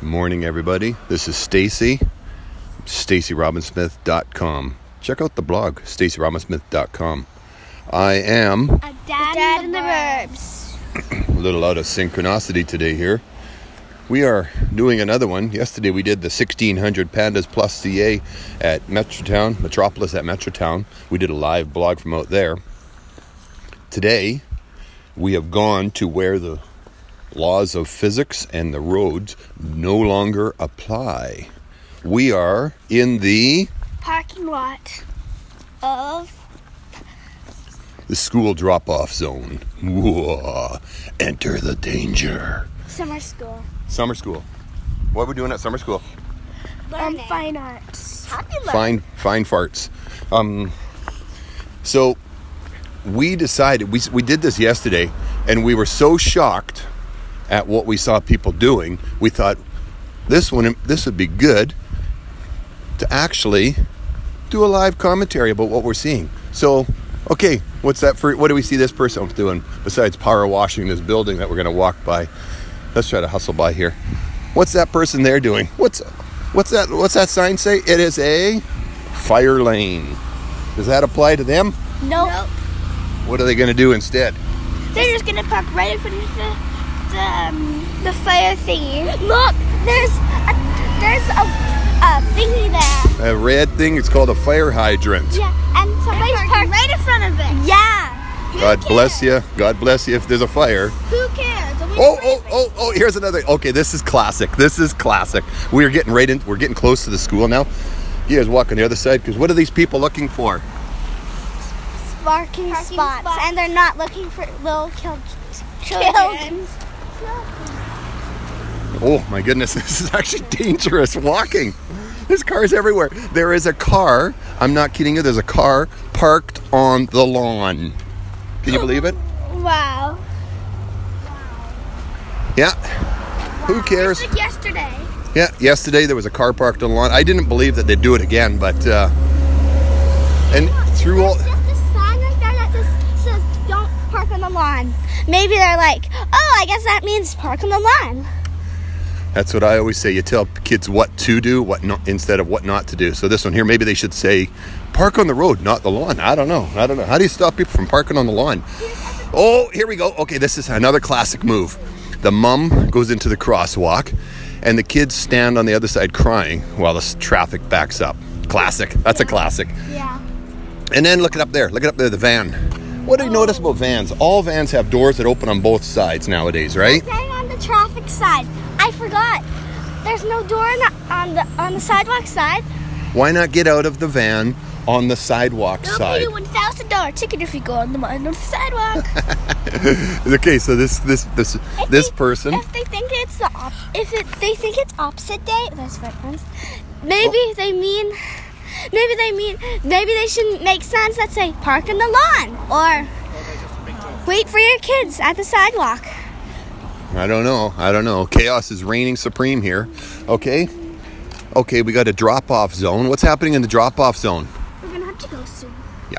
Good morning, everybody. This is Stacy, stacyrobinsmith.com. Check out the blog, stacyrobinsmith.com. I am A dad, in the burbs. a little out of synchronicity today here. We are doing another one. Yesterday we did the 1600 Pandas Plus CA at Metrotown, Metropolis at Metrotown. We did a live blog from out there. Today we have gone to where the laws of physics and the roads no longer apply. We are in the Parking lot of the school drop-off zone. Whoa. Enter the danger. summer school. Summer school. What are we doing at summer school? Um, fine arts. Fine, fine farts. Um, so we decided we we did this yesterday, and we were so shocked at what we saw people doing. We thought this one this would be good to actually do a live commentary about what we're seeing. So, okay, what's that for? What do we see this person doing besides power washing this building that we're going to walk by? Let's try to hustle by here. What's that person there doing? What's what's that? What's that sign say? It is a fire lane. Does that apply to them? Nope. What are they going to do instead? They're just gonna park right in front of the the, um, the fire thingy. Look, there's a, there's a, a thingy there. A red thing. It's called a fire hydrant. Yeah, and somebody's parked, right in front of it. Yeah. God bless you. God bless you if there's a fire. Who cares? Oh, oh, oh, oh, here's another. Okay, this is classic. This is classic. We're getting right in, we're getting close to the school now. You guys walk on the other side because what are these people looking for? Parking, spots, and they're not looking for little killed children. Oh my goodness, this is actually dangerous walking. There's cars everywhere. There is a car, I'm not kidding you, there's a car parked on the lawn. Can you believe it? Wow. Yeah. Who cares? Just like yesterday. Yeah, yesterday there was a car parked on the lawn. I didn't believe that they'd do it again, but uh and through all There's just a sign right there that just says don't park on the lawn. Maybe they're like, oh, I guess that means park on the lawn. That's what I always say. You tell kids what to do, what not instead of what not to do. So this one here, maybe they should say, park on the road, not the lawn. I don't know. I don't know. How do you stop people from parking on the lawn? Oh, here we go. Okay, this is another classic move. The mum goes into the crosswalk, and the kids stand on the other side crying while the s- traffic backs up. Classic. That's a classic. Yeah. And then look it up there. Look it up there. The van. What do you notice about vans? All vans have doors that open on both sides nowadays, right? Then on the traffic side, I forgot. There's no door on the on the, on the sidewalk side. Why not get out of the van on the sidewalk side? one thousand dollar ticket if you go on the on the sidewalk. Okay, so this this this If this they- person. If they think it's the op- if it, they think it's opposite day, that's what friends. Maybe they mean. Maybe they mean. Maybe they shouldn't make signs that say "park on the lawn" or "wait for your kids at the sidewalk." I don't know. I don't know. Chaos is reigning supreme here. Okay. Okay, we got a drop-off zone. What's happening in the drop-off zone? We're gonna have to go soon. Yeah.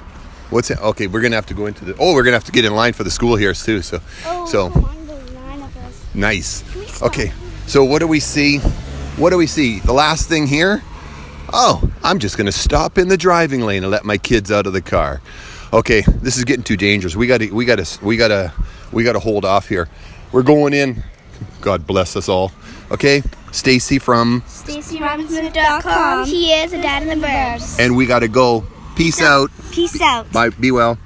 What's ha- okay? We're gonna have to go into the. Oh, we're gonna have to get in line for the school here too. So, Oh, so we nice. stop? Okay. So what do we see? What do we see? The last thing here. Oh, I'm just gonna stop in the driving lane and let my kids out of the car. Okay, this is getting too dangerous. We gotta, we gotta, we gotta, we gotta hold off here. We're going in. God bless us all. Okay, Stacy from, StacyRobinson.com. He is a dad in the burbs. and we gotta go. Peace out. Peace out. Bye. Be well.